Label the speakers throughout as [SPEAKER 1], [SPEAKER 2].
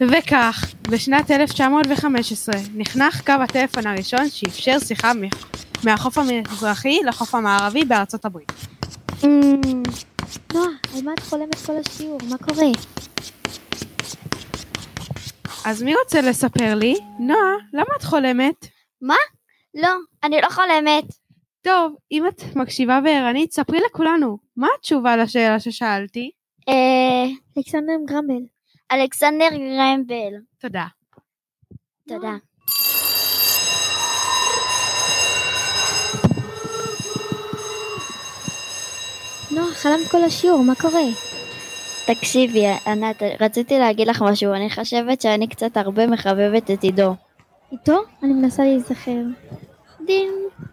[SPEAKER 1] וכך, בשנת 1915 נחנך קו הטלפון הראשון שאפשר שיחה מ- מהחוף המזרחי לחוף המערבי בארצות הברית.
[SPEAKER 2] נועה, אמ, לא, על מה את חולמת כל השיעור? מה קורה?
[SPEAKER 1] אז מי רוצה לספר לי? נועה, למה את חולמת?
[SPEAKER 2] לא, אני לא חולמת.
[SPEAKER 1] טוב, אם את מקשיבה וערנית, ספרי לכולנו, מה התשובה לשאלה ששאלתי?
[SPEAKER 2] אה...
[SPEAKER 3] אלכסנדר גרמבל.
[SPEAKER 2] אלכסנדר גרמבל.
[SPEAKER 1] תודה.
[SPEAKER 2] תודה.
[SPEAKER 3] נועה, חלמת כל השיעור, מה קורה?
[SPEAKER 2] תקשיבי, ענת, רציתי להגיד לך משהו. אני חושבת שאני קצת הרבה מחבבת את עידו.
[SPEAKER 3] איתו? אני מנסה להיזכר.
[SPEAKER 2] דין.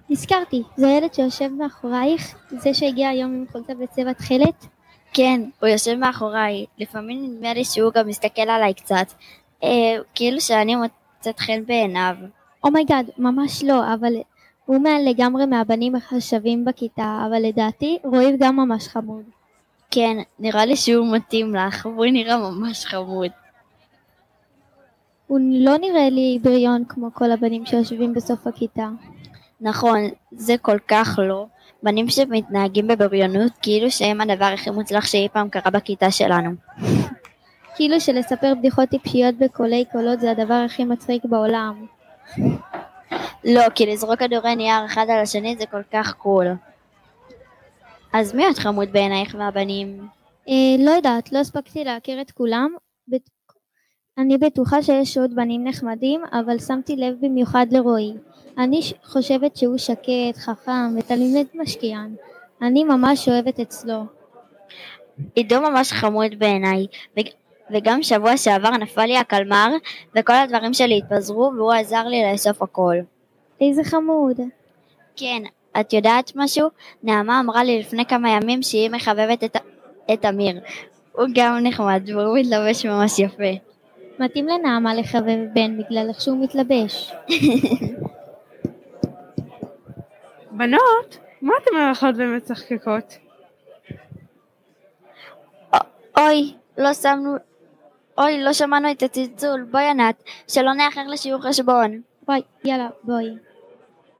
[SPEAKER 3] נזכרתי, זה הילד שיושב מאחורייך? זה שהגיע היום עם חולצה בצבע תכלת?
[SPEAKER 2] כן, הוא יושב מאחוריי. לפעמים נדמה לי שהוא גם מסתכל עליי קצת. אה, כאילו שאני מוצאת חן בעיניו.
[SPEAKER 3] אומייגאד, Oh ממש לא, אבל הוא מעל לגמרי מהבנים החשבים בכיתה, אבל לדעתי רועי גם ממש חמוד.
[SPEAKER 2] כן, נראה לי שהוא מתאים לך, והוא נראה ממש חמוד.
[SPEAKER 3] הוא לא נראה לי בריון כמו כל הבנים שיושבים בסוף הכיתה.
[SPEAKER 2] נכון, זה כל כך לא. בנים שמתנהגים בבריונות כאילו שהם הדבר הכי מוצלח שאי פעם קרה בכיתה שלנו.
[SPEAKER 3] כאילו שלספר בדיחות טיפשיות בקולי קולות זה הדבר הכי מצחיק בעולם.
[SPEAKER 2] לא, כי לזרוק כדורי נייר אחד על השני זה כל כך קול. אז מי עוד חמוד בעינייך מהבנים?
[SPEAKER 3] אה, לא יודעת, לא הספקתי להכיר את כולם. בט... אני בטוחה שיש עוד בנים נחמדים, אבל שמתי לב במיוחד לרועי. אני ש... חושבת שהוא שקט, חכם ותלמיד משקיען. אני ממש אוהבת אצלו.
[SPEAKER 2] עידו ממש חמוד בעיניי, ו- וגם שבוע שעבר נפל לי הקלמר, וכל הדברים שלי התפזרו, והוא עזר לי לאסוף הכל.
[SPEAKER 3] איזה חמוד.
[SPEAKER 2] כן, את יודעת משהו? נעמה אמרה לי לפני כמה ימים שהיא מחבבת את, את אמיר. הוא גם נחמד, והוא מתלבש ממש יפה.
[SPEAKER 3] מתאים לנעמה לחבב בן בגלל איך שהוא מתלבש.
[SPEAKER 1] בנות, מה אתן הולכות ומצחקקות?
[SPEAKER 2] אוי, לא שמנו... אוי, לא שמענו את הצלצול. בואי ענת, שלא נאחר לשיעור חשבון.
[SPEAKER 3] וואי, יאללה, בואי.